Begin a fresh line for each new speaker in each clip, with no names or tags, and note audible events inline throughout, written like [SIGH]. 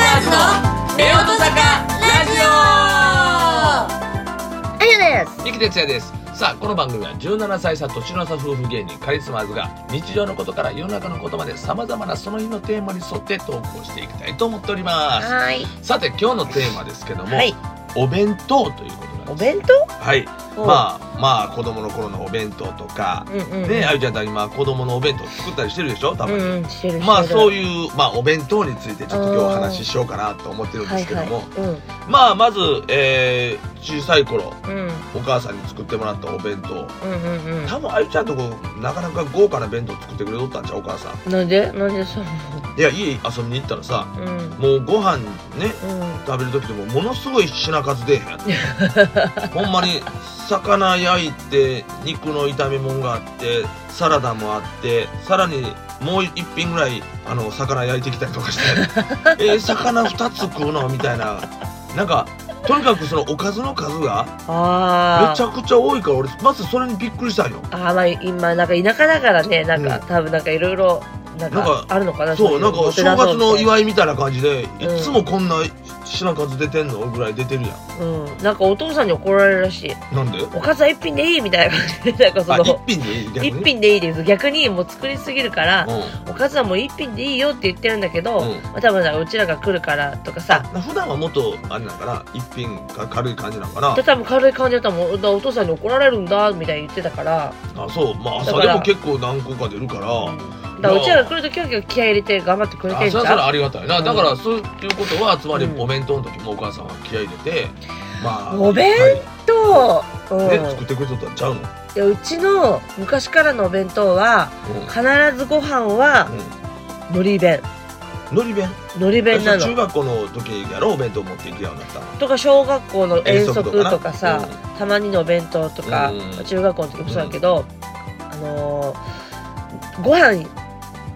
のレオト坂ラジ
あゆです。
オゆきてつやですさあこの番組は17歳差年の差夫婦芸人カリスマーズが日常のことから世の中のことまでさまざまなその日のテーマに沿って投稿していきたいと思っておりま
はーい。
すさて今日のテーマですけども、
はい。
お弁当ということなん
お
です
弁当。
はい
うん
まあまあ子供の頃のお弁当とか、
うんうん
ねあゆちゃんって今子供のお弁当作ったりしてるでしょ多
う
分、
んうん、してる。
まあそう
い
いう、まあ、お弁当についてちょっと今日お話ししようかなと思ってるんですけども、
はいはい、
まあまず、えー小さい頃
うん。うん。
お母さんに作ってもらったお弁当
うんうん
多分あゆちゃんとこなかなか豪華な弁当作ってくれとったんちゃうお母さん
うん。なんで、なんでそう
いや家遊びに行ったらさ
思う。うん。
もうご飯ね
うん。
食べる時でもものすごい品数出えへん
[LAUGHS]
ほんまに魚焼いて肉の炒め物があってサラダもあってさらにもう一品ぐらいあの魚焼いてきたりとかして
[LAUGHS]
えー魚2つ食うのみたいななんかとにかくそのおかずの数が
ああ。
めちゃくちゃ多いから俺まずそれにびっくりしたんよ
あーまあ今なんか田舎だからねなんか、
う
多分なんかいろいろなん
なんか
かあるのかな
そうなんか正月の
い
祝いみたいな感じでい
うん
つもこんな品数出てんのぐらい出てるやん
うんなんかお父さんに怒られるらしい
なんで
おかずは一品でいいみたいな感じでなんか
あ
そ
一
の
品でいい逆に
一品でいいです逆にもう作りすぎるから、
うん
おかずはもう一品でいいよって言ってるんだけど、
うん
まあ、多分なんかうちらが来るからとかさ
普段はもっとあれなんかな一品が軽い感じなんかな
で多分軽い感じだったもんだからお父さんに怒られるんだみたいに言ってたから
あそうまあ
だ
朝
か
で
ら
も結構何個か出るから
うんだからうちらが来るときは今日気合い入れて頑張ってくれて
あ
んじ
それ
ゃん
はそれはありがたいな、
うん
だからそういうことはつまり
うん
お弁当の時もお母さんは気合い入れてまあ
お弁と、う
当
ん
で作ってくれとったんちゃうの、うん
いやうちの昔からのお弁当は必ずご飯は海苔弁
のり弁
海苔弁な
えそれ中
の
学校の時やろお弁当持っていくようになったの
とか小学校の遠足
な
とかさ、たまにのお弁当とか、
うん
中学校の時もそうだけど、あのーご飯ね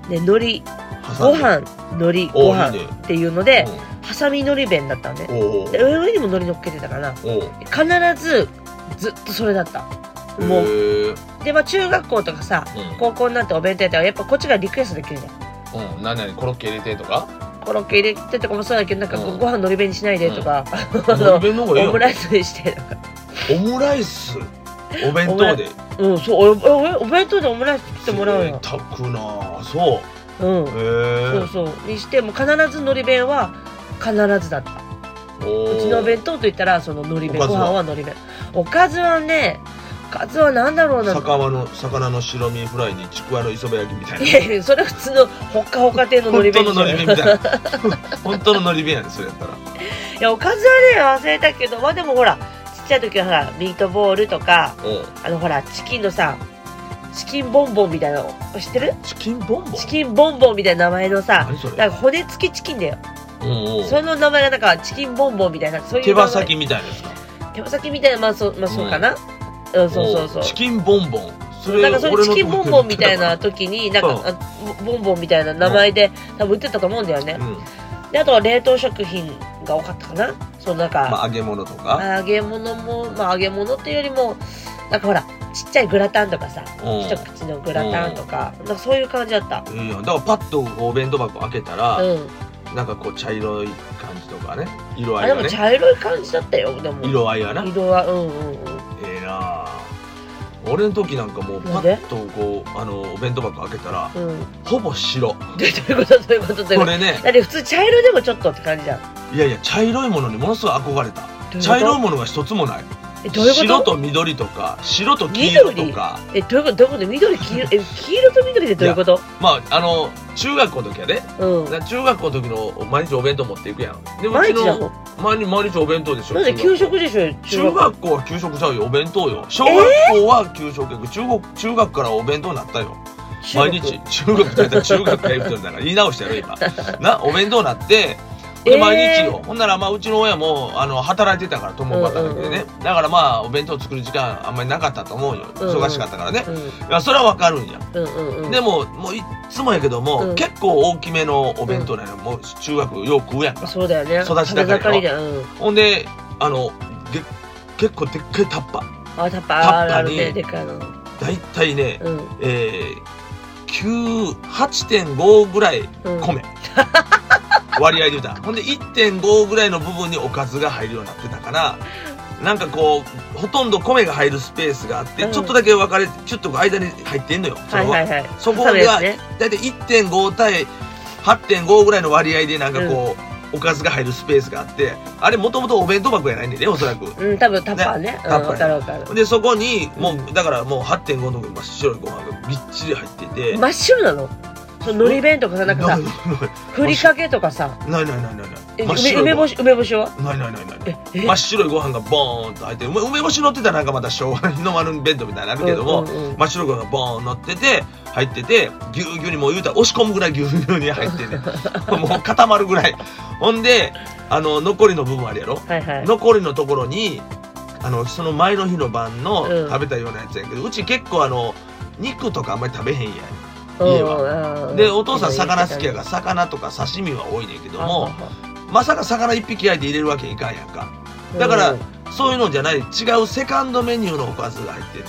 海苔
うん挟
ご
んで
飯海苔
お
ご飯
いいね
っていうのでハサミ海苔弁だったのね
うんおう
で上にも海苔乗っけてたかな
おう
必ずずっとそれだった
おう
もう
へえ
でまあ中学校とかさ高校になってお弁当やったらやっぱこっちがリクエストできるじゃん
うん、うん、何々コロッケ入れてとか
コロッケ入れてとかもそうだけどなんかこ
う
うんご飯のり弁にしないでとか、あ
のり
の
弁の方がいい
オ
よ
ムライスにしてとか
オムライスお弁当で
うんそうおおお弁当でオムライス作ってもらうよ、
贅沢なそう
うん、そ
へ
う
え
そうにしても必ずのり弁は必ずだったうちの弁当といったらそののり弁
おか
ご
ずは
飯はのり弁おかずはねおかずはなんだろうな
魚の魚の白身フライにちくわの磯辺焼きみたい
い
な
やいやそれは普通のほっかほか亭ののり
本当
弁
の
でし
の
ょ
り弁みたいな [LAUGHS] 本当ののり弁やねそれやったら
いやおかずはね忘れたけどまあでもほらちっちゃい時はほらミートボールとか
おう
あのほらチキンのさチキンボンボンみたいなの知ってる
チキンボンボン
チキンボンボンみたいな名前のさ
何それ
なんか骨付きチキンだよ
おうおう
その名前がなんかチキンボンボンみたいなそういう
手
名前
羽先みたいですか
手羽先みたいなまあそう,、まあ、そうかな、うんそうそう
お
そう
チキンボンボンそ
なんかそのチキンボンボンみたいな
俺
時になんか、
うん
あボンボンみたいな名前で多分売ってたと思うんだよね
の、時うん
であとは冷凍食品が多かったかなそのなんか、
まあ揚げ物とか
揚げ物も、まあ、揚げ物っていうよりもなんかほらちっちゃいグラタンとかさ
うん
一口のグラタンとか,、なんかそういう感じだった
いいよだからパッとお弁当箱開けたら
うん
なんかこう茶色い感じとかね色合
あ
い
で
が
も
ね
茶色い感じだったよでも
色合いがな
色はうんうんうん
ええなあ俺の時なんかもうパ
なんで
ッとこうあのお弁当箱開けたら
うん
ほぼ白
でどういうことどういうことどういう
こ
こと
れね
だって普通茶色でもちょっとって感じじゃんど
いやいや茶色いものにものすごい憧れた
ういうこと
茶色いものが一つもない
えどういうこと
白と緑とか白と黄色とか
えどういうことどういうこと緑黄色え黄色と緑でどういうこと
まああの中学校の時はね
うん
な中学校の時の毎日お弁当持っていくやんでう
毎
ち
日な
の
の
毎日毎日お弁当でしょ
なんで
中
給
学校
食でしょ
中学校は給食ちゃうよお弁当よ小学校は給食やけど中国中学からお弁当になったよ
中
毎日中学とやったら中学から言うてんだから言い直したやろ今
[LAUGHS]
なお弁当なって
え
で
ー
毎日よ、ほんならまあうちの親もあの働いてたから共働きでね、
う
だからまあお弁当作る時間あんまりなかったと思うよ
うんうん
忙しかったからね、
う
いやそれはわかるんや、
んうんうんうん
でももういっつもやけども、
うん
結構大きめのお弁当なの、もう中学よう食うやんか
そうだよね
育ち
食べ
盛りだよ
盛りだようん
ほんであので結構でっかいタッパ
あタッパー
タッパー
あるある
に
ねでかいのう
だいたいね、
ん
えー、9 8.5ぐらい
[LAUGHS] うん
米、割合で言うたらほんで1.5ぐらいの部分におかずが入るようになってたからなんかこうほとんど米が入るスペースがあって、
うん
ちょっとだけ分かれてちょっと間に入ってんのよそ
はい
の
はいはい。
そこ
挟
が
むやつね。
大体1.5対8.5ぐらいの割合でなんかこう、おかずが入るスペースがあってあれもともとお弁当箱やないねんでねおそらく
うん、多分タッパーね。うん、
タッパー
わかるわかる。
でそこにもうだからもう8.5の真っ白いご飯がびっちり入ってて
真っ白なのその海苔弁とかさ、なんか
な
さ
い、
ふりかけとかさ、
ないないないない
え
真っ
梅梅
白いご
干
飯
し、梅干しは
ないないないない
え、え
真っ白いご飯がボーンと入って梅梅干し乗ってたらなんかまた昭和の丸弁当みたいになるけど
う
も、
んうんうん
真っ白いご飯がボーン乗ってて入っててぎゅうぎゅうにもう言うたら押し込むぐらいぎゅうぎゅうに入ってんねんもう固まるぐらいほんであの残りの部分あるやろ
はいはい。
残りのところにあのその前の日の晩の
うん
食べたようなやつやけど、うち結構あの肉とかあんまり食べへんやん家
うんうんうん
でお父さん魚好きやから魚とか刺身は多いねんけどもまさか魚一匹焼いて入れるわけいかんやんかだから
うん
そういうのじゃない違うセカンドメニューのおかずが入ってる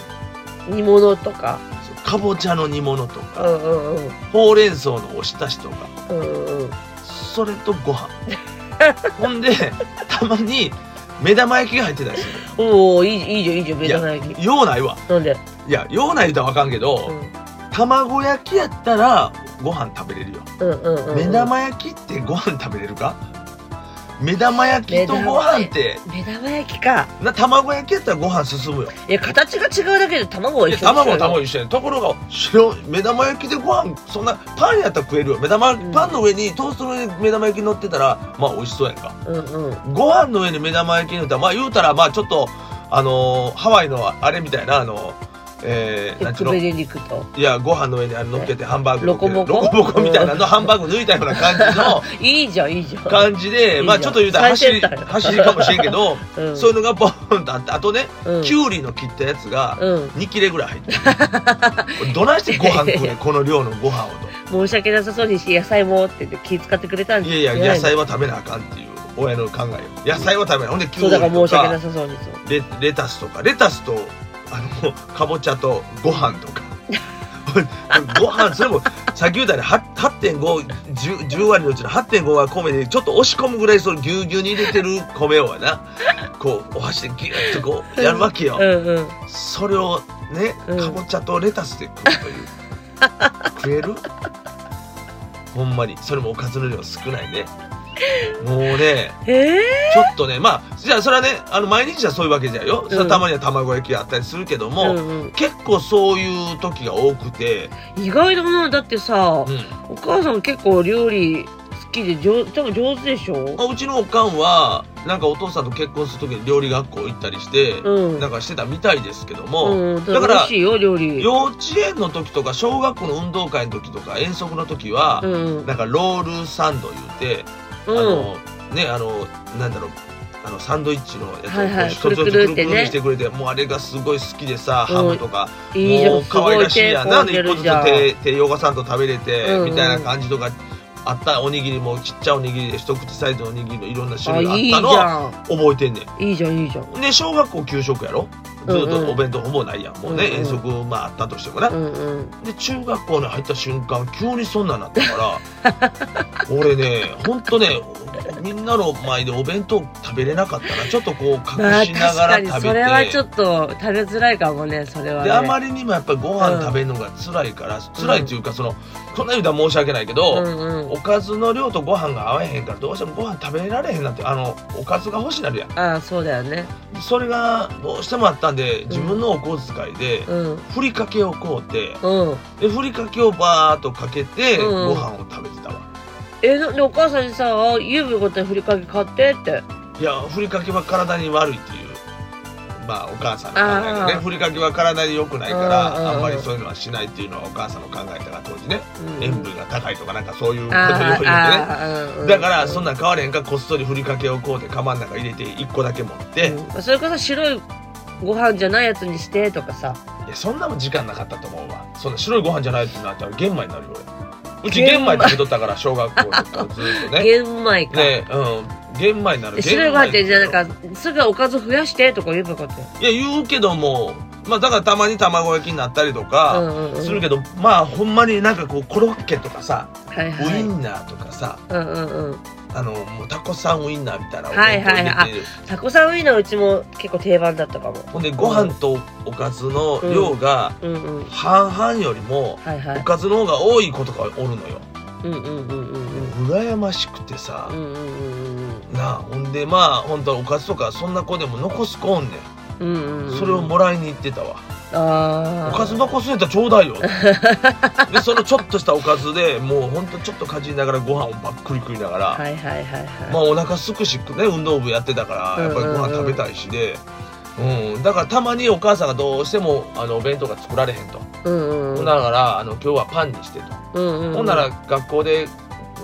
煮物とか、
かぼちゃの煮物と
う
か
んうんうん
ほうれん草のおひたしとか
うんうんうん
それと
[LAUGHS]
ご飯ほんでたまに目玉焼きが入ってたりす
おおいいいいじゃんいいじゃん目玉焼
るようないわ
きなんで、
いやようない言うたらわかんけど、
う
卵焼きやったらご飯食べれるよ、
ん、うんうんうん
目玉焼きってご飯食べれるか目玉焼きとご飯って
目玉焼きか
な卵焼きやったらご飯進むよ
いや形が違うだけで卵はい一
や
緒
卵は
一緒
卵一緒やねんところが白目玉焼きでご飯そんなパンやったら食えるよ目玉、
うん
パンの上にトーストの上に目玉焼き乗ってたらまあ美味しそうやんか
うんうん
ご飯の上に目玉焼き乗ったらまあ言うたらまあちょっとあのーハワイのあれみたいなあのえー、なんちゅ
ク
うの
ベレ肉と
いやご飯の上にあれ乗っけてハンバーグ乗っけて
ロコモコ
ロコモコみたいなのハンバーグ抜いたような感じの
[LAUGHS] いいじゃんいいじゃん
感じで
いいじゃん
まあちょっと言うたら走り
最先端
走りかもしれんけど、
うん
そういうのがボーンとあってあとね、
うん
きゅうりの切ったやつが
うん
2切れぐらい入ってるこれどないしてご飯
[LAUGHS]
食うねんこの量のご飯を
申し訳なさそうにし野菜もって言って気遣ってくれたん
と
じ
いや
ゃ
い
ない
や
の
野菜は食べなあかんっていう親の考えよ野菜は食べないほんできゅ
そううだ
り
から
と
申し訳
か
なさそうにそう
レレタスとかレタスとあのかぼちゃとご飯とか [LAUGHS] ご飯それもさっき言ったように8.510 10割のうちの8.5は米でちょっと押し込むぐらいそのぎゅうぎゅうに入れてる米をやなこうお箸でギュッとこうやるわけよ、
うんうん
それをね
うん
かぼちゃとレタスで食うという食えるほんまにそれもおかずの量少ないねもうね
ええ
ちょっとね、まあ、じゃあそれはね、あの毎日じゃそういうわけじゃよ。それはたまには卵焼きがあったりするけども、
うんうん、
結構そういう時が多くて、
意外だなだってさ、
うん
お母さん結構料理好きで上多分上手でし
ま
ょ
あ、うちのおかんは、なんかお父さんと結婚する時に料理学校行ったりして、
うん
なんかしてたみたいですけど
う
も、
んうん、だ
だか
からら美味しいよ料理
幼稚園の時とか小学校の運動会の時とか遠足の時は
う、んうん
なんかロールサンド言う
う
て、
ん
あのねあのなんだろうあのサンドイッチのやつを
はいはい
こう一つ
くるく
ずつ
る
くる
っ
く
てね
るにしてくれてもうあれがすごい好きでさハムとか
いいじゃ
も
ん
う
す
可
ご
愛
い
らしい
手
やん
込
な
ん
んで
で
一個
る
ず
じゃ
つ
ん
手手汚さんと食べれて、
うんうん
みたいな感じとかあったおにぎりもちっちゃいおにぎりで一口サイズのおにぎりのいろんな
あ
種
い
類
いじ
があったのは
ゃん
覚えてんねん。
いいじゃんいいじゃん
で小学校給食やろずっ
うんうん
とお弁当ほぼないやんもうね、
うんうん
遠足まああったとしてもな、
うんうん
で中学校に入った瞬間急にそんなんなったから
[LAUGHS]
俺ねほんとねみんなの前でお弁当食べれなかったらちょっとこう
ま
隠
あ
し
確
なが
からに
食べて、
それはちょっと食べづらいかもねそれはね
であまりにもやっぱりご飯食べるのが辛いから、辛いというかそのこんな言うたら申し訳ないけ
う
ど、
んうん
おかずの量とご飯が合わへんからどうしてもご飯食べられへんなってあのおかずが欲しなるやん
ああそうだよね
それがどうしてもあったんで自分のお小遣いで、
うん
ふりかけを買うて
うん
でふりかけをバーっとかけて、
うん
ご飯を食べてたわ
えなんでお母さんにさ「ゆうべごとにふりかけ買って」って
いやふりかけは体に悪いっていうまあお母さんの考えだね
あー
ふりかけは体に良くないから
うんうんうん
あんまりそういうのはしないっていうのはお母さんの考えだから当時ね
うん
塩分が高いとかなんかそういうことよ
あ
く
ー
言うてね
あー
だからそん
な
なん変われへんかこっそりふりかけをこうで釜の中入れて1個だけ持って、い
うんそれこそ白いご飯じゃないやつにしてとかさ
やそんなもん時間なかったと思うわそんな白いご飯じゃないってなったら玄米になるよ俺うち玄米食べとったから小学校の時からずっとね
玄米か、
ねうん玄米になる
え白いご飯ってじゃあなんかすぐおかず増やしてとか言えばよかったよ
いや言うけどもまあだからたまに卵焼きになったりと
う
か
んうんうん
するけど、まあほんまになんかこうコロッケとかさ、
はいは
ウイ
い
ンナーとかさ
うんうんうん
あのもうタコさんウインナーみたいなのを
はいはいはい
置いてて
タコさんウインナーうちも結構定番だったかも
ほんでご飯とおかずの量が
うんうん
半々よりも
はいは
お
い
かずの方が多い子とかおるのよ
うんうんうんうんうん
羨ましくてさ
うんうんうん
なあほんでまあ本当はおかずとかそんな子でも残す子おんねん
うんうんうん
それをもらいに行ってたわ
あ
お
ー
かず残すんやったらちょうだいよ [LAUGHS] でそのちょっとしたおかずでもうほんとちょっとかじりながらご飯をばっくり食いながら、
はいはいはいはい
まあお腹すくしね運動部やってたからやっぱりご飯食べたいしで、うんだからたまにお母さんがどうしてもあのお弁当が作られへんと、
うんうん
ほんならあの今日はパンにしてと、
うんうんうん
ほんなら学校で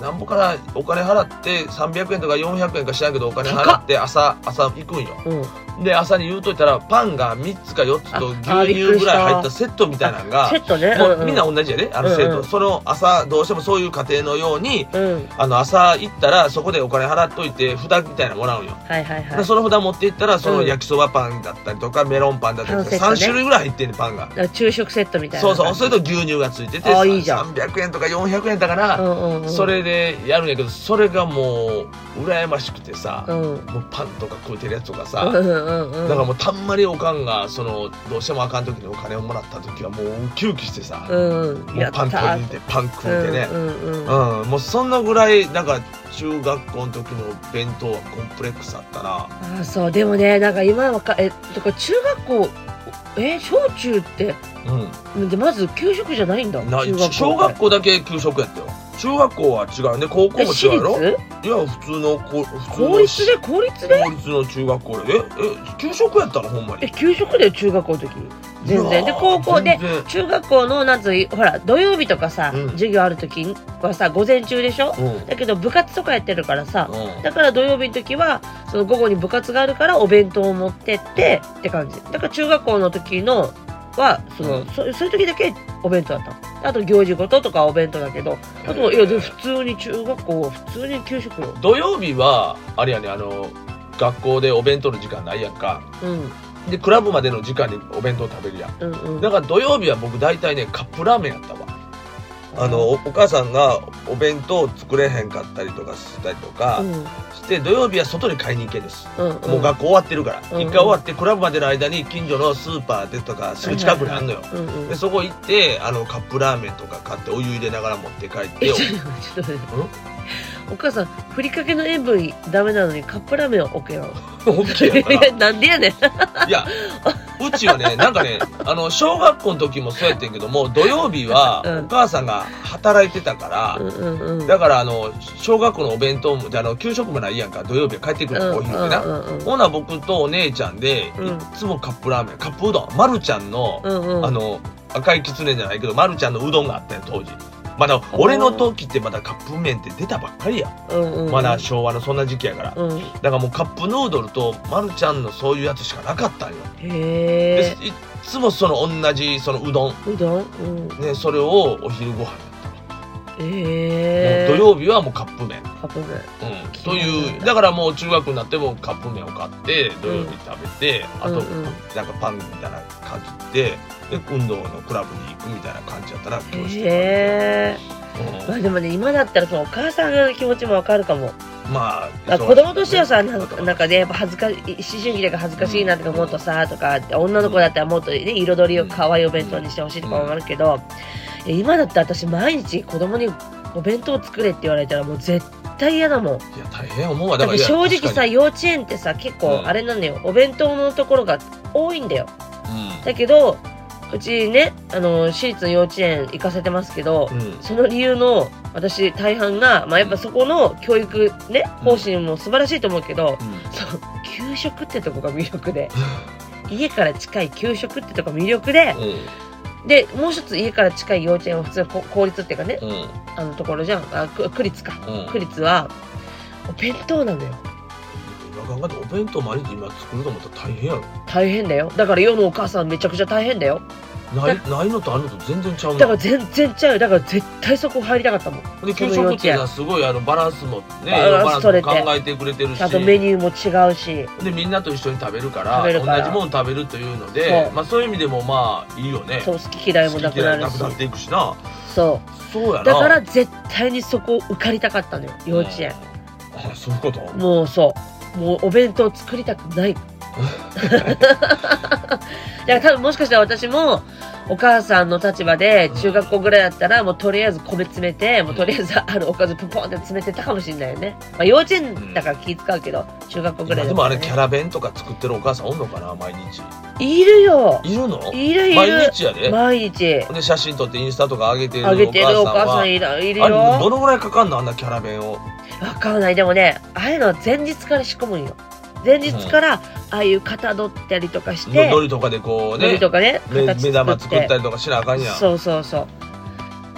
なんぼからお金払って300円とか400円か知らんけどお金払って朝朝行くんよ
うん
で朝に言うといたらパンが3つか4つと
ああ
牛乳ぐらい入ったセットみたいなのが
セットね
もうみんな同じやねあの生徒、
うんうん
その朝どうしてもそういう家庭のように
うん
あの朝行ったらそこでお金払っといて札みたいなのもらうんよ、
はいはいは
で
い
その札持って行ったらその
うん
焼きそばパンだったりとかメロンパンだったりとか
三
3
セットね
種類ぐらい入ってんねんパンが。
あ昼食セットみたいな
そうそうそれと牛乳がついてて
あいいじゃん
300円とか400円だから、
うんうんうん
それでやるんやけどそれがもう羨ましくてさ
う、んうん
もうパンとか食うてるやつとかさ、
うんうん
だからもうたんまりおかんがそのどうしてもあかん時にお金をもらった時はもうウキウキしてさ、
うんうん
も
や
う
った
パン取りに行ってパン食うてね、
うんうんうん
うん、もうそんなぐらいなんか中学校の時の弁当はコンプレックスだったな
あーそうでもねなんか今はかえとか中学校え小中って
う
でまず給食じゃないんだ
んな
中学校
小学校だけ給食やったよ中学校は違うね高校も
え私
違うやろ
立
いや普通のこ普通の
公立で公立で
公立の中学校でええ給食やったのほんま
え
に
給食だよ中学校の時全然
いや
で
ー
高校で
全然
中学校のなんつうほら土曜日とかさ、
うん
授業ある時はさ午前中でしょ
うん
だけど部活とかやってるからさ
うん
だから土曜日の時はその午後に部活があるからお弁当を持ってってって感じだから中学校の時のはその、
うん
そそういう時だけお弁当だったのあと行事ごととかはお弁当だけどあとはいやでも普通に中学校は普通に給食よ
土曜日はあれやねあの学校でお弁当の時間ないやんか
うん
でクラブまでの時間にお弁当食べるやん
うんうん
だから土曜日は僕大体ねカップラーメンやったわあのおお母さんがお弁当を作れへんかったりとかしたりとか
うん
して、土曜日は外に買いに行けです、
うんうん
もう学校終わってるから、
うん
一回終わってクラブまでの間に近所のスーパーでとかすぐ近くにあんのよ、
うんうん
でそこ行ってあのカップラーメンとか買ってお湯入れながら持って帰っ
えち
て
ょっと待ってちょっと待ってお母さんふりかけの塩分ダメなのにカップラーメンは OK な
[LAUGHS]
の
OK やか
いや [LAUGHS] なんでやねん
らいやうち
[LAUGHS]
はねなんかねあの小学校の時もそうやってんけども土曜日は
うん
お母さんが働いてたから、
うんうんうん
だからあの小学校のお弁当もであの給食もないやんか土曜日は帰ってくるのお昼でな、
うんうん
ほな僕とお姉ちゃんでいっ
うん
つもカップラーメンカップうどんまるちゃんの、
うんうんうん
あの赤いきつねじゃないけどまるちゃんのうどんがあったよ当時まだ俺の時ってまだカップ麺って出たばっかりや、
うんうんうん
まだ昭和のそんな時期やから、だ
うん
からもうカップヌードルとまるちゃんのそういうやつしかなかったんよ、
へえ
でいっつもその同じそのうどん
うどんうん
ねそれをお昼ご飯やったわ
ええ
もう土曜日はもうカップ麺
カップ麺
うん、
気
と
になる
いうだからもう中学になってもカップ麺を買って土曜日食べて、あと
うんうん
なんかパンみたいな感じでで運動のクラブに行くみたいな感じだったら教室で、
へえまあでもね今だったらそのお母さんの気持ちもわかるかも
うん、まあ
あ子供としてはさ
忙しい
なん
こ
か
と
なんかねやっぱ恥ずかしい思春期だから恥ずかしいなとか思うとさとか女の子だったらもっとね彩りを可愛いお弁当にしてほしいとか思うけどいや今だって私毎日子供にお弁当作れって言われたらもう絶対嫌だもん
いや大変思うわ
だ
だ
って
からいや
正直さ
確
幼稚園ってさ結構あれなのよお弁当のところが多いんだよ
かに
だけどうちねあの私立の幼稚園行かせてますけど
うん、うん
その理由の私大半が、まあ、やっぱそこの教育ね方針も素晴らしいと思うけど、そう給食ってとこが魅力で家から近い給食ってとこが魅力ででもう一つ家から近い幼稚園は普通のこ公立っていうかね
うんうん
あのところじゃんあく区立か
うん
区立はお弁当なのよ
今考えてお弁当毎日今作ると思ったら大変やろ
大変だよだから世のお母さんめちゃくちゃ大変だよ
ないないのとあるのと全然ちゃう
だから
な
全然ちゃうだから絶対そこ入りたかったもん
で給食っていうのはすごいあのバランスもね
バランス
バランス
取れ
も
て
考えてくれてるし
ちゃんとメニューも違うし
でみんなと一緒に食べるから
食べるから
同じもの食べるというの
そ
で
う
まあ、そういう意味でもまあいいよね
そう好き嫌いもなくなる
好き
し
嫌いなくなっていくしな
そ
そうや
う
な
だから絶対にそこを受かりたかったのよ幼稚園
うんあそういうこと
もうそうもうお弁当作りたくない
[LAUGHS]
だから多分もしかしたら私もお母さんの立場で中学校ぐらいだったらもうとりあえず米詰めてもうとりあえずあるおかずポンポンって詰めてたかもしれないよね、まあ、幼稚園だから気使うけど中学校ぐら
今
い
で
だ
もあ
らね
れキャラ弁とか作ってるお母さんおんのかな毎日
いるよ
いるの
いるい
毎
る
日やで、
毎日
で写真撮ってインスタとか上げてる
あげてるお
お
母
母
さ
さ
ん
んはい
るいる
あれど
よ
のぐらいかかんのあんなキャラ弁を
わかんないでもねああいうのは前日から仕込むんよ前日からああいう型取ったりとかし
の
て
のりとかでこう
海苔
ね
とかね
目目玉作っ
り
たりとかしなあかんやん
そうそうそう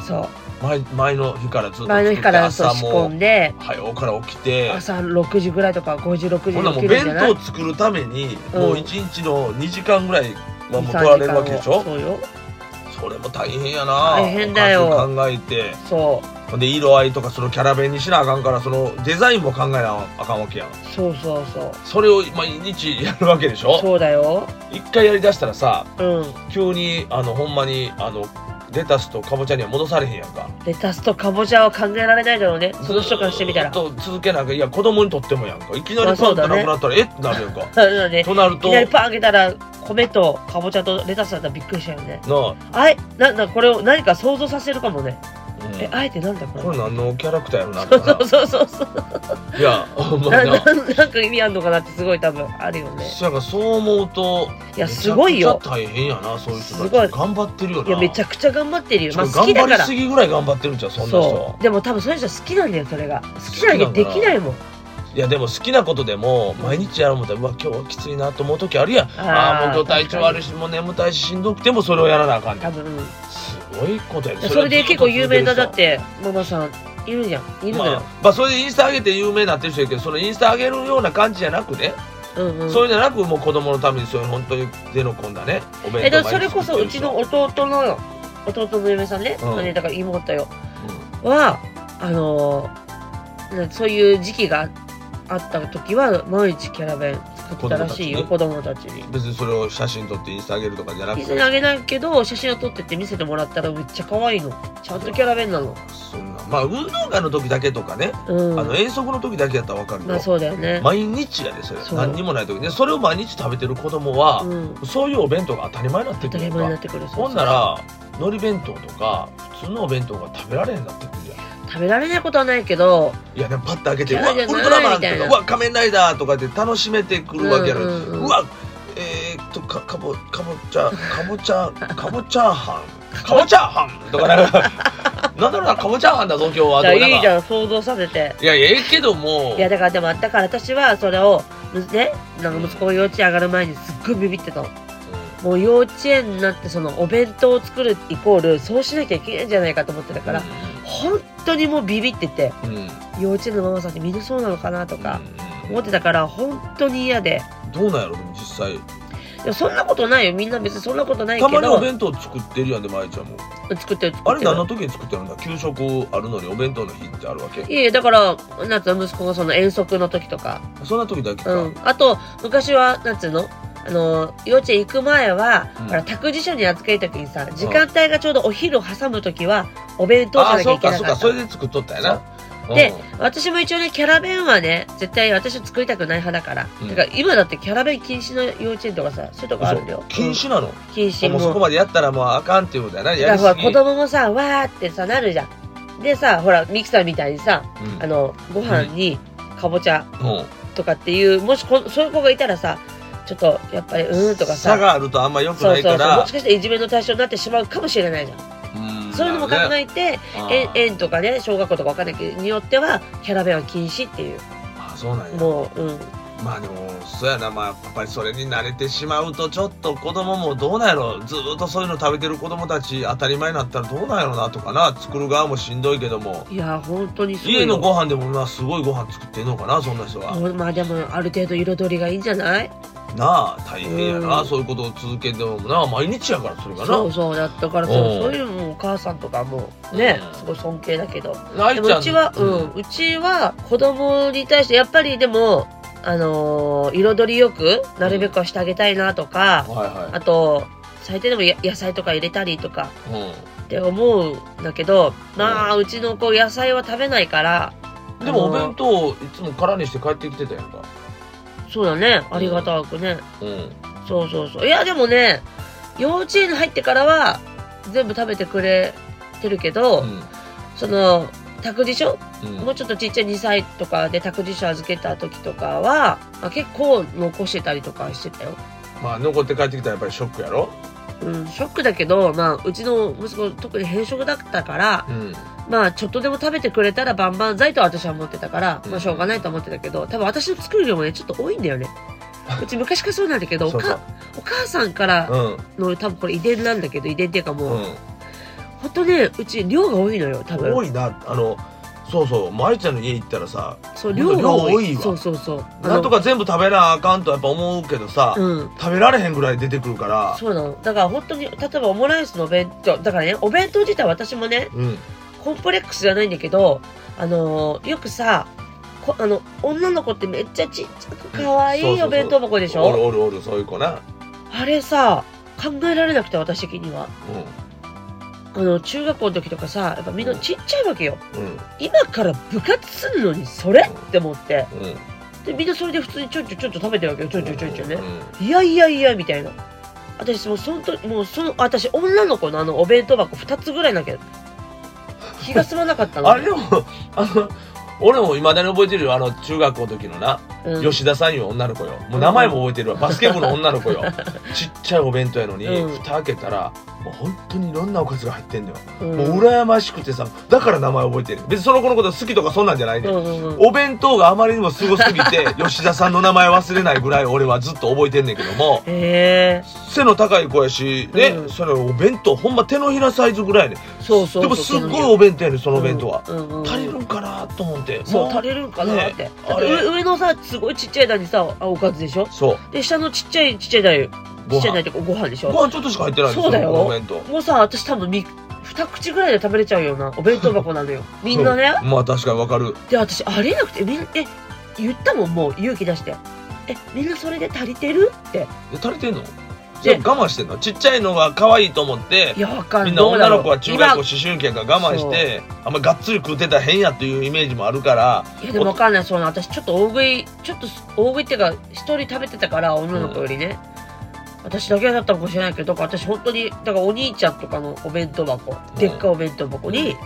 そう
前前の日からずっと
前の日からそう
朝
仕
も
込んで
早うから起きて
朝6時ぐらいとか5時6時
ほんな
に
らも
起きる
う
ん
弁
じゃない
当作るために
うん
もう一日の2時間ぐらいはもう
2-3
取られるわけでし
時間を
ょ
そうよ
それも大変やな
大変だよ
おかず考えて
そ
ほんで色合いとかそのキャラ弁にしなあかんからそのデザインも考えなあかんわけやん
うそうそうそう
それを毎日やるわけでしょ
そうだよ
一回やりだしたらさ
うん
急にあのほんまにあのレタスとかぼちゃには戻されへんやんか
レタスとかぼちゃは考えられないだろうねその人からしてみたら
ずーっと続けなきゃいや子供にとってもやんかいきな
まあ
りパン
そう
って
だ
なく
ね
なったら、えってなるやんか
[LAUGHS] そうだね
となる
い
と
きなりパン開けたら米とかぼちゃとレタスだったらびっくりしたよね
なあ、
あいなんだこれを何か想像させるかもね
うん
えあえてなんだ
こ
こ
れ何のキャラクターやろなみた
れ
いな
[LAUGHS] そうそうそうそう
いやほんま
な
にな
ななんか意味あるのかなってすごい多分あるよね
そやからそう思うと
いやすごいよ
めちゃくちゃ大変やなそういう人た
す
ち
ごい
頑張ってるよない
やめちゃくちゃ頑張ってるよ、
し
ま
か
あ、
も
好き
頑
だ
張
か
り
ら
すぎぐらい頑張ってるんちゃうそんな人
うでも多分その人は好きなんだよそれが好きなだけ
好きなん
で
だ
きないもん
いやでも好きなことでも毎日やろう思ったらうわ今日はきついなと思う時あるやんああーもう今日体調悪い
し
しもう眠たいししんどくてもそれをやらなあかんね
多
ん
分、うん
すごいことやね
それで結構有名なだっ
それをずっと続け
てマ
る人
マさんいるじゃんいるの
まあ
よ、、
まあそれでインスタ上げて有名になってる人やけどそのインスタ上げるような感じじゃなくね、
うんうん
そういうんじゃなくもう子供のためにそういう本当に手の込んだねお
え
弁
だ
当
からそれこそうちの弟のよ弟の嫁さんね、
うん
あれだから妹よ
う
はあのーなそういう時期があった時は毎日キャラ弁作ってたらしいよ子
子
供たちに。
ん別にそれを写真撮ってインスタ上げるとかじゃなく
見
て
せてあげないけど写真を撮ってって見せてもらったらめっちゃ可愛いのちゃんとキャラ弁なの
そんなまあ運動会の時だけとかね、
うん
あの遠足の時だけやったらわかるけど、
まあそうだよね、
毎日やでそれ
そう
何にもない時でそれを毎日食べてる子供は、
うん、
そういうお弁当が当たり前になって
当
く
たり
るやん
前になっ
か
てくる
ほんなら海苔弁当とか普通のお弁当が食べられへんなってくるやん
食べられないことはないけど
いやでもパッと開けて「
嫌
うわ
い
ウ
じゃ
ル
ない
トラマン」
み
と
た
か
いな
「うわ仮面ライダー」とかで楽しめてくるわけやろ、う
うんうんうん
わえー、っとかかぼかぼちゃかぼち
[LAUGHS]
ゃかぼちゃ飯かぼちゃ飯とかなんかなんだろうなかぼちゃ飯だぞ今日は
だから
とか
いいじ
なんか
ゃん想像させて
いやええけども
いやだからでもだから私はそれをむねなんか息子が幼稚園上がる前にすっごいビビってたのもう幼稚園になってそのお弁当を作るイコールそうしなきゃいけないんじゃないかと思ってたから、本当にもうビビってて
うんうん
幼稚園のママさんってみんなそうなのかなとか
うん
思ってたから本当に嫌で
どうなんやろでも実際
でもそんなことないよみんな別にそんなことないけ
た
ど
まにお弁当作ってるやんでまいちゃんも
作ってる作
あ
っ
れ
てる
何の時に作ってるんだ給食あるのにお弁当の日ってあるわけ
いえいえだからなんつうの息子がその遠足の時とか
そんな時だけ
う
か、
ん、あと昔はなんつうのあの幼稚園行く前は、
うん
ほら託児所に預ける時にさ時間帯がちょうどお昼を挟む時はお弁当じゃ
あ
なき
あ
ゃ
そ
いうけ
か
な
そ
か
うか
っ
そ
た
れで作っとったやなうん
で私も一応ねキャラ弁はね絶対私は作りたくない派だから、
うん
てか今だってキャラ弁禁止の幼稚園とかさそういうとこあるんだよ
禁止なの、
うん禁止
もうそこ
も
までやったらもうあかんっていうことやな
だか
や
ら
り
ほら
す
子
ぎ
供もさわーってさなるじゃんでさほらミキさんみたいにさあのご飯にかぼちゃ
うんうん
とかっていうもしこそういう子がいたらさちょっとやっぱりうーんとかさ
差があるとあんま良く
そう
ない
そう
か
そう
ら
もしかしていじめの対象になってしまうかもしれないじゃん、
うん
そういうのも考
なるね
えて
あー
え園とかね小学校とかわかんないけどによってはキャラ弁は禁止っていう
あそうなんや
もううん
まあでもそうやなまあやっぱりそれに慣れてしまうとちょっと子供もどうなんやろずーっとそういうの食べてる子供たち当たり前になったらどうなんやろなとかな作る側もしんどいけども
いや本当にそうよ
家のご飯でもなすごいご飯作ってんのかなそんな人は、
もうまあでもある程度彩りがいいんじゃない
なあ大変やな、
うん
そういうことを続けてもな毎日やからそれがな
そうそうだったからそう
うん
そういうのもお母さんとかもね
うん
すごい尊敬だけど
愛
で
ちゃん
もうちはうんうちは子供に対してやっぱりでもあのー彩りよくなるべくはしてあげたいなとか、
はいは
あと最低でもや野菜とか入れたりとか
い、うん
って思うんだけどまあうちの子野菜は食べないから
で
あ
もお
のー
弁当いつも空にして帰ってきてたやんか
そうだねありがたくね
うん
そうそうそういやでもね幼稚園に入ってからは全部食べてくれてるけど、
うん
その託児所
うん
もうちょっとちっちゃい2歳とかで託児所預けた時とかは、まあ、結構残してたりとかしてたよ。
まあ残って帰ってきたらやっぱりショックやろ
うん、ショックだけど、まあ、うちの息子特に偏食だったから、
うん
まあ、ちょっとでも食べてくれたら万々歳とは私は思ってたから、
うん
まあ、しょうがないと思ってたけど、多分私の作る量もね、ちょっと多いんだ
[LAUGHS]
よね。うち昔からそうなんだけど、お
そう
か
か
お母さんから
うん
の多分これ遺伝なんだけど、遺伝っていうかもう、
うん
ほんとね、うち量が多いのよ、多
多
分。
いなあのそうそうもう愛ちゃんの家行ったらさ
そう、
ほん
量
と
が多い。
量多いわ
そうそうそう。あの
なんとか全部食べなあかんとやっぱ思うけどさ、
うん。
食べられへんぐらい出てくるから
そうなのだから本当に例えばオムライスの弁当だからねお弁当自体私もね
うん
コンプレックスじゃないんだけどあのーよくさこあの女の子ってめっちゃちっちゃく可愛
そうそう
い
そう
お弁当箱でし
おる
ょ
おるおるそういう子な
あれさ考えられなくて私的には
う
あの中学校の時とかさやっぱみんなちっちゃいわけよ
んうん
今から部活するのにそれって思って
うん
でみんなそれで普通にちょんちょんちょんと食べてるわけよちょんちょんちょんちょんね
うん
いやいやいやみたいな私もうその時もうその私女の子のあのお弁当箱2つぐらいなきゃ気が済まなかったの
あれでもあの俺もいまだに覚えてるよあの中学校の時のな、
うん
吉田さんよ女の子よもう名前も覚えてるわバスケ部の女
[LAUGHS]
の子よちっちゃいお弁当やのに、
うん
蓋開けたらもう本当にいろんなおかずが入ってんのよ、
うん
もう羨ましくてさだから名前覚えてる別にその子のこと好きとかそんなんじゃないね、
うんうんうん
お弁当があまりにもすごすぎ
[LAUGHS]
て吉田さんの名前忘れないぐらい俺はずっと覚えてんねんけども
へえ
背の高い子やしね、
うん
それお弁当ほんま手のひらサイズぐらいやね
そうそうそう
でもすっごいお弁当やねんそのお弁当は、
うんうんうん
足りるんかなと思って
そう
も
足りるんかなって,、
ね
だっ
あ
て
れ
上上のさすごいちっちゃい台にさあおかずでしょ
そう
で下のちっちゃいちっちゃい台ち
ご
っちゃい
飯
台とかご飯でし
ご
ょ
飯ちょっとしか入ってないんです
そうだよ
このお弁当
もうさ私多分み2口ぐらいで食べれちゃうようなお弁当箱なのよみんなね、
うんまあ確かにわかる
で私ありえなくてみんえ言ったもんもう勇気出して「えみんなそれで足りてる?」って
え足りてんのじゃあ我慢してんのちっちゃいのが可愛いと思って
いやわかん
みんな
どうだろ
女
う
の子は中学校思春期やから我慢してあんまがっつり食うてたら変やっていうイメージもあるから
今いやでもわかんないそうな私ちょっと大食いちょっと大食いっていうか一人食べてたから女の子よりね、私だけだったのかもしれないけどだから私本当にだからお兄ちゃんとかのお弁当箱、でっかいお弁当箱に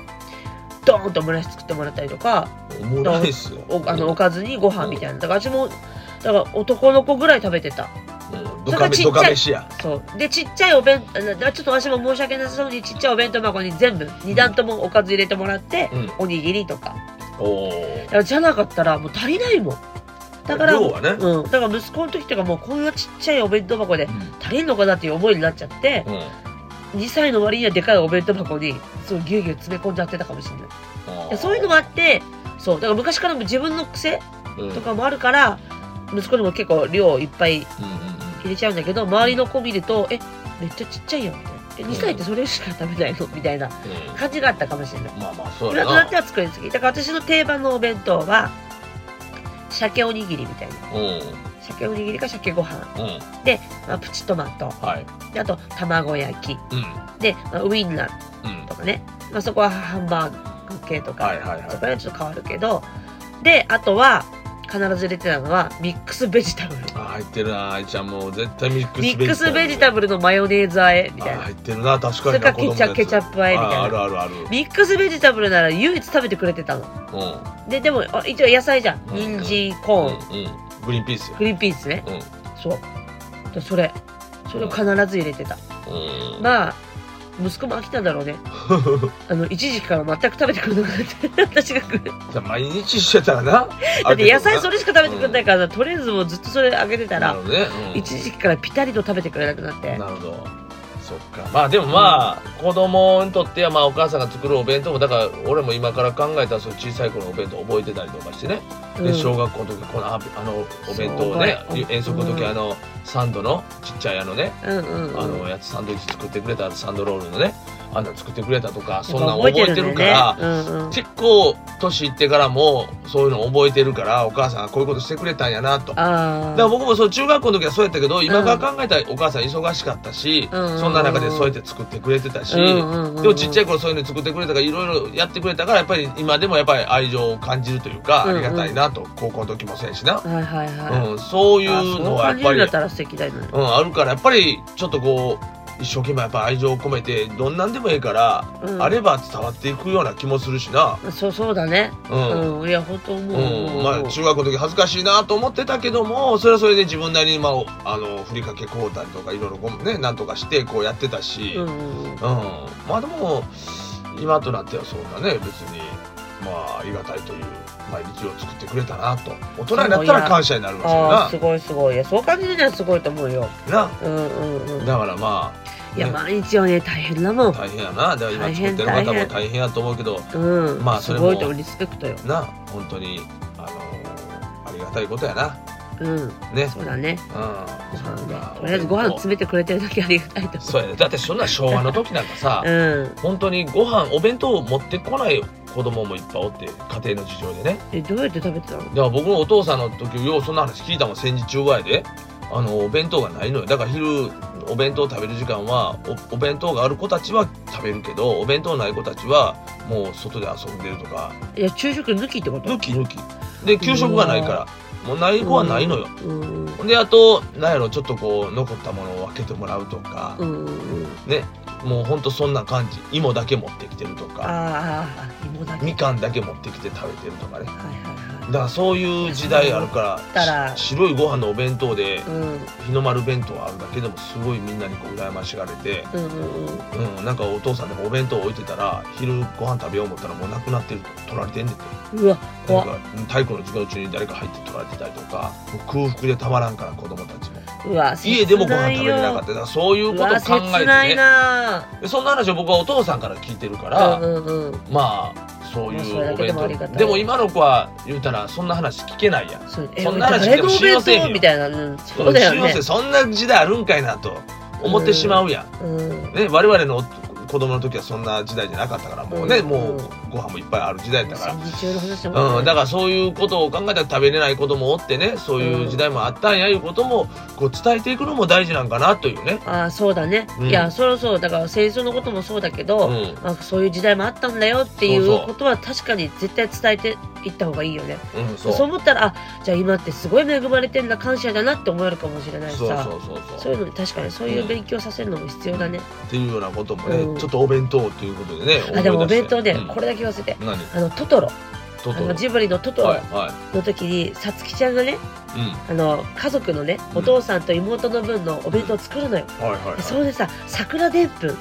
ドーンとオムライス作ってもらったりとか
オムライスよ
おあのおかずにご飯みたいなだから私もだから男の子ぐらい食べてた
うんドカベドカ飯や
そうでちっちゃいお弁あのちょっと私も申し訳なさそうにちっちゃいお弁当箱に全部2段ともおかず入れてもらって、
うん
おにぎりとか
おー
だからじゃなかったらもう足りないもんだから
量はね
うん、だから息子の時とかもうこんなちっちゃいお弁当箱で
うん
足りんのかなっていう思いになっちゃって
うん
2歳の割にはでかいお弁当箱にそうギュウギュウ詰め込んじゃってたかもしれないでそういうのもあってそうだから昔からの自分の癖
うん
とかもあるから息子にも結構量いっぱい
うんうんうん
入れちゃうんだけど周りの子見ると「えめっちゃちっちゃいよ」みたいなえ「2歳ってそれしか食べないの?」みたいな
うん
感じがあったかもしれない
まあまあそう
今
や
となっ
な
ては作りすぎだから私の定番のお弁当は鮭おにぎりみたいな
うん
鮭おにぎりか鮭ご飯、
うん
まあ、プチトマト
はい
であと卵焼き
うん
で、まあ、ウインナー
うん
とかね、まあ、そこはハンバーグ系とか、
はいはいはい
そこら辺はちょっと変わるけどであとは必ず入れてたのはミックスベジタブル
あ入ってるな愛ちゃんもう絶対ミックス
ミックスベジ
ブル
タブルのマヨネーズ和えみたい
あ
な
入ってるな確
そ
か
れ
に
か
な
らケチャケチャ
プ
ップ和えみたいな
あるあるある
ミックスベジタブルなら唯一食べてくれてたの
う
ででもあ一応野菜じゃん
うん
人参コーン、
んうんうんグリーンピースや
グリーンピースね
うん
そうでそれそれを必ず入れてた
うん
まあ息子も飽きたんだろ
[LAUGHS]
うねあの一時期から全く食べてくれなくなって [LAUGHS] 私が食うだ
じゃあ毎日してた
[LAUGHS]
らな
って野菜そ
れ
れしか食べてくれないから、とりあえずもうずっとそれあげてた
な
ら
る、ほどねうん
一時期からピタリと食べてくれなくなって
なるほどそっかまあでもまあ子供にとってはまあお母さんが作るお弁当もだから俺も今から考えたらそう小さい頃のお弁当覚えてたりとかしてね
う
で
ん
小学校の時このああのお弁当をね
そう
遠足の
う
時
ん
あのサンドのちっちゃいあのね
うんうんうん
あのやつサンドイッチ作ってくれたサンドロールのねあんなん作ってくれたとかそん
やっ
な
ぱ
ん覚えて
ん
るか
だ
ら
よ、ねうんうん
結構年いってからもそういうの覚えてるからお母さんがこういうことしてくれたんやなと。だ
あ
から僕もそう中学校の時はそうやったけど今から考えたらお母さん忙しかったし、
うん
そんな中でそうやって作ってくれてたし、
僕
でもちっちゃい
子
頃そういうの作ってくれたからいろいろやってくれたからやっぱり今でもやっぱり愛情を感じるというか
うん
あ
うん
りがたいなと、高校の時もそうやしな、
はいはいはい、
うん、そうい
あ
うのはやっ
そう感じ
ぱ
るん
り
だったら素敵だよね
うん、あるからやっぱりちょっとこう一生懸命やっぱ愛情を込めてどんなんでもええから、
うん
あれば伝わっていくような気もするしな、
そうそうだね
うん
うんいや本当思う
う
思
ん
う
まあ、中学の時恥ずかしいなと思ってたけどもそれはそれで自分なりに、まあ、あのふりかけこうたりとかいろいろこうねなんとかしてこうやってたし、
うんうんうん
うん、まあでも今となってはそうだね別にまあありがたいという、まあ、日を作ってくれたなと大人になったら感謝になる
ああ
わけ
すごいすごいいやそう感じるのはすごいと思うよ
だな
うんうんうん
なだからまあ
いや
ね
毎日はね大変だもん
大変やなだから
大
今作っ
変
てる方も大変やと思うけど
うん
まあそ
す
れも
ごいと思うリスペクトよ
な本当にあのありがたいことやな
うん
ね
そうだね
うん
そうだ
か
ねとりあえずご飯詰めてくれてるだけありがたいと
そうやねだってそんな昭和の時なんかさ、
思ううん
本当にご飯お弁当を持ってこない子供もいっぱいおって家庭の事情でね
えどうやって食べてたの
だから僕のお父さんの時ようそんな話聞いたもん戦時中ぐらいであのお弁当がないのよだから昼お弁当食べる時間はおお弁当がある子たちは食べるけどお弁当ない子たちはもう外で遊んでるとか
いや昼食抜きってこと
抜き抜きで給食がないからもうない子はないのよ、
うん
であとなんやろちょっとこう残ったものを分けてもらうとか
う、んうんうん
ねもうほんとそんな感じ芋だけ持ってきてるとか
ああ芋だけ
みかんだけ持ってきて食べてるとかね
はいはい
だからそういう時代あるか
だ
ら
から
し白いご飯のお弁当で
はい
日の丸弁当あるだけでもすごいみんなにこう羨ましがれて、
うんうんうんうん
うん、なんかお父さんでもお弁当置いてたら昼ご飯食べよう思ったらもうなくなってると取られてんねんて
うわ
な
怖
ん
っ
か体育の授業中に誰か入って取られてたりとかもう空腹でたまらんから子供たちも
うわ
家でもご飯食べれなかっただからそういうことを考えて
切ない
ね
な
でそんな話を僕はお父さんから聞いてるから、
うんうんうん
まあそうい
まあそれ
う
だ
お
けで
弁
もありがた
当
い
でも今の子は言うたらそんな話聞けないやん
そう
そんな話
え誰がお
でも
弁
信用せえへんよ
当みたいなうんそうだよ
新
ね
世そんな時代あるんかいなと思ってしまうやん、
うん
ね、我々の子供の時はそんな時代じゃなかったからもうね、
うん
もうご飯もいっぱいある時代だから
戦時中の話だもんね
うん、だからそういうことを考えたら食べれないこともおってねそういう時代もあったんやいうこともこう伝えていくのも大事なんかなというね。
ああそうだね、
うん
いやそろそろだから戦争のこともそうだけ
う
ど、
ん
まあ、そういう時代もあったんだよってい
そうそう
うことは確かに絶対伝えていった方がいいよね
うん、
そ
そううそう
思ったらあじゃあ今ってすごい恵まれてんだ感謝だなって思えるかもしれないしさ
そうそうそう
そういうのに確かにそういう勉強させるのも必要だね、
っていうようなこともね、
うん
ちょっとお弁当ということでね
あでもお弁当で、
でうん、
これだけ忘れて
何
あのトトロ
ト
あ
トロ
のジブリのトト
はい
ロ
は
の時にさつきちゃんがね
いうん
あの家族のね
うん
お父さんと妹の分のお弁当を作るのよ、
はいはい
でそれでさ桜でんぷん
おう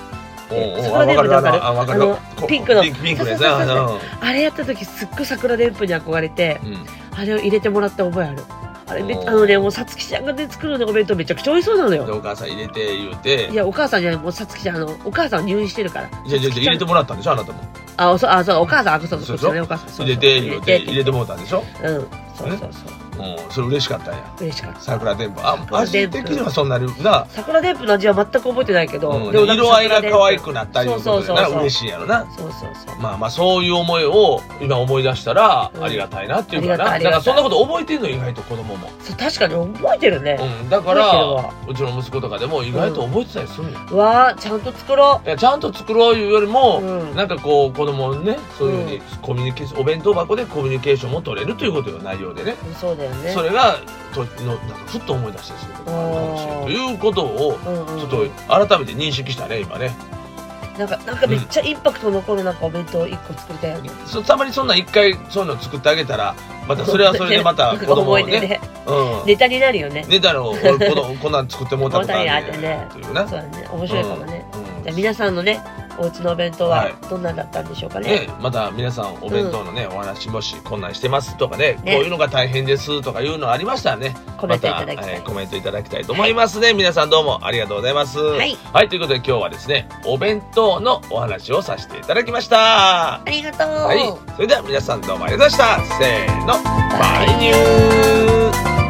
おう
そ
あ
こで
わかるわか
わか
る
る
あわかる
あの
こ
ピンクの
ピンクピンクのやつ
そうそうそう
な
あれやった時すっごい桜でんぷんに憧れて
うんうん
あれを入れてもらった覚えあるあれめ
おー
あのねもうさつきちゃんがね作るのお弁当めちゃくちゃ美味しそうなの
で
よ
お母さん入れて言うて
いやお母さんじゃないもうさつきちゃんあのお母さん入院してるから
じゃじゃじゃ入れてもらったんでしょあなたも
あそうあそうお母さんあそうそう
そ
そううそう
そう
ねお母さんそうそう
入れて言うて入れてもらったんでしょ
うんそうそうそう
うんそれ嬉しかったんや
嬉しかった
桜伝播あ
桜
味
伝播
的にはそんなにな
桜でんぷんの味は全く覚えてないけど、
うん
でもなんか
色合いが可愛
桜
くなったりいうこ
そ
とでな
うそうそうそう
嬉しいやろな
でんぷんそうそうそう
まあまあそういう思いを今思い出したら
うん
ありがたいなっていうかな
あ
だ
りが
から
たい
そんなこと覚えてんの意外と子供も
そう確かに覚えてるね、
うんだか
覚えてる
ら
わ
うちの息子とかでも意外と覚えてたりするんよ
わあちゃんと作ろ
いやちゃんと作ろういうより
う、
も
うん、
なんかこう子供のねそういうふうにコミュニケーション、お弁当箱でコミュニケーションも取れるということよ内容でね
そうだよね
それがとのなんかふっと思い出したりすることがあるかもしれない
おー
ということを
うんうん、
ちょっと改めて認識したね今ね
なんかなんかめっちゃインパクト残るなんかお弁当一個作りたいよね
そたまにそんなん一回そういうの作ってあげたらまたそれはそれで
[LAUGHS]
また子供を
覚えて
ね
ね
うん
[LAUGHS] ネタになるよね
ねだろう俺このこんなん作ってもうたことある
こんなん
ね
や
っていうな
そうだね面白いかもね、
うん
じゃあ皆さんのねお家のお弁当
は
はいどんなんだったんでしょうかね、
ね、また皆さんお弁当のね、お話もしこんなんしてますとかね
ね
こういうのが大変ですとかいうのありましたらね
コメントいただき
ま
た
え
い、、
ーコメントいただきたいと思いますね、皆さんどうもありがとうございますはいということで今日はですねお弁当のお話をさせていただきました
ありがとう、
はいそれでは皆さんどうもありがとうございましたせーのバイニュー